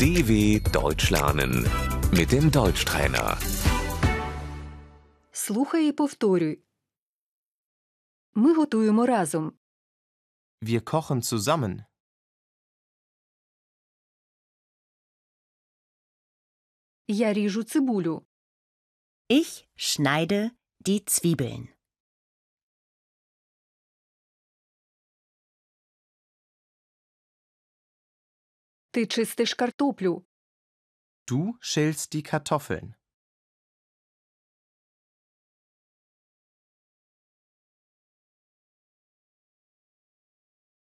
DW Deutsch lernen mit dem Deutschtrainer. Слухай і повторюй. Ми готуємо разом. Wir kochen zusammen. Я ріжу цибулю. Ich schneide die Zwiebeln. Ти чистиш картоплю. Du schälst die Kartoffeln.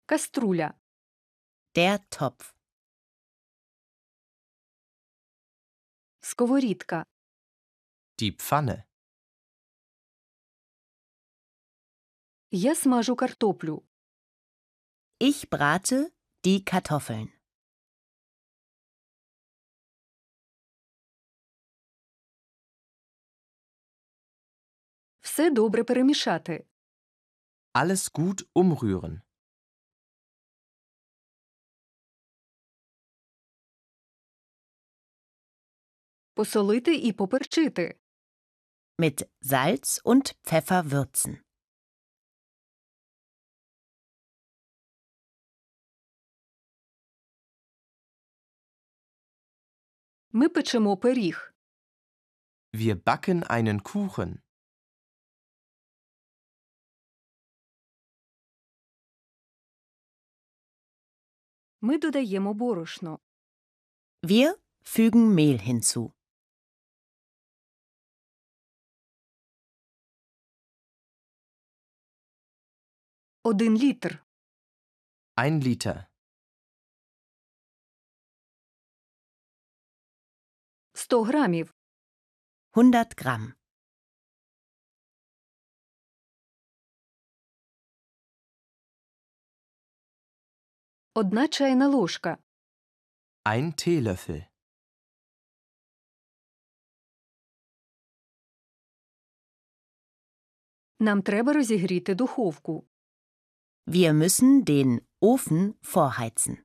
Каструля. Der Topf. Сковорідка. Die Pfanne. Я смажу картоплю. Ich brate die Kartoffeln. Все добре перемішати. Alles gut umrühren. Посолити і поперчити. Mit Salz und Pfeffer würzen. Ми печемо пиріг. Wir backen einen Kuchen. Ми додаємо борошно. Wir fügen Mehl hinzu. Один літр. Ein Liter. 100 грамів. 100 Gramm. Одна чайна ложка. Ein Teelöffel. Нам треба розігріти духовку. Wir müssen den Ofen vorheizen.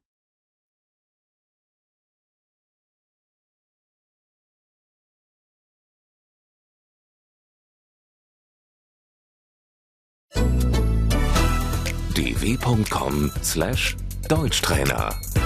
dw.com/deutschtrainer